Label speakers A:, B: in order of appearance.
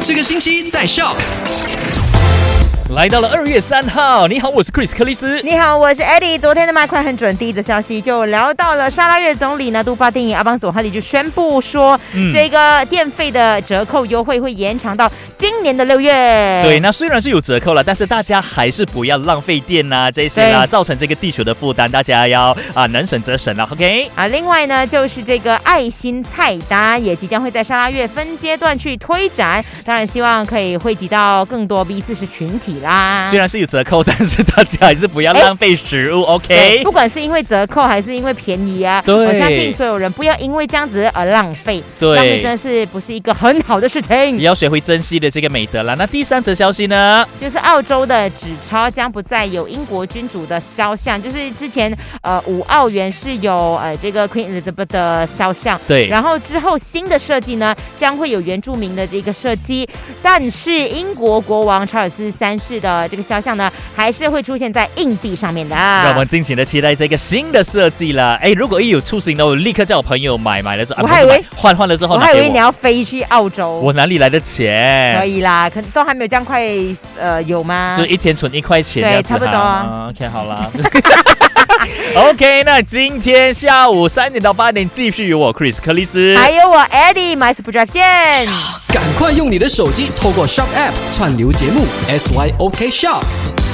A: 这个星期在 Shock。
B: 来到了二月三号，你好，我是 Chris 克里斯。
C: 你好，我是 Eddie。昨天的麦快很准，第一则消息就聊到了沙拉越总理呢，杜巴电影阿邦佐哈里就宣布说，
B: 嗯
C: 这个电费的折扣优惠会延长到今年的六月。
B: 对，，那虽然是有折扣了，但是大家还是不要浪费电呐、这些啦，
C: 对
B: 造成这个地球的负担，大家要啊、能省则省了，OK？
C: 啊，另外呢，就是这个爱心菜单也即将会在沙拉越分阶段去推展，当然希望可以汇集到更多 B 四十群体啦。
B: 虽然是有哎折扣，但是大家还是不要
C: 哎
B: 浪费食物
C: 对
B: ，OK？
C: 哎不管是因为折扣还是因为便宜啊，
B: 对
C: 我相信所有人不要因为这样子而浪费，浪费真
B: 对，
C: 的是不是一个嗯很好的事情
B: 也。要学会珍惜的这个美德啦。那第三则消息呢？
C: 就是澳洲的纸钞将不再有英国君主的肖像，就是之前呃五澳元是有呃这个 Queen Elizabeth 的肖像。
B: 对，
C: 然后之后新的设计呢，将会有原住民的这个设计，但是英国国王查尔斯三世的这个肖像呢，还是会出现在硬币上面的。
B: 让我们尽情的期待这个新的设计啦。哎，如果一有出行的，我立刻叫我朋友买，买了之后，啊
C: 我
B: 不是
C: 还以为
B: 买换换了之后
C: 我
B: 拿
C: 还以
B: 给
C: 为你
B: 我，
C: 要飞去澳洲，
B: 我哪里来的钱
C: 可？以啦，可都还没有这样快，呃，有吗？
B: 就一天存一块钱这
C: 对
B: 样子
C: 差不多啊
B: OK，好啦。OK，那今天下午三点到八点，继续有我 Chris 克里斯。
C: 还有我 Eddie，买 Super Drive 见。
A: 赶快用你的手机透过 Shock App 串流节目 SYOK Shock。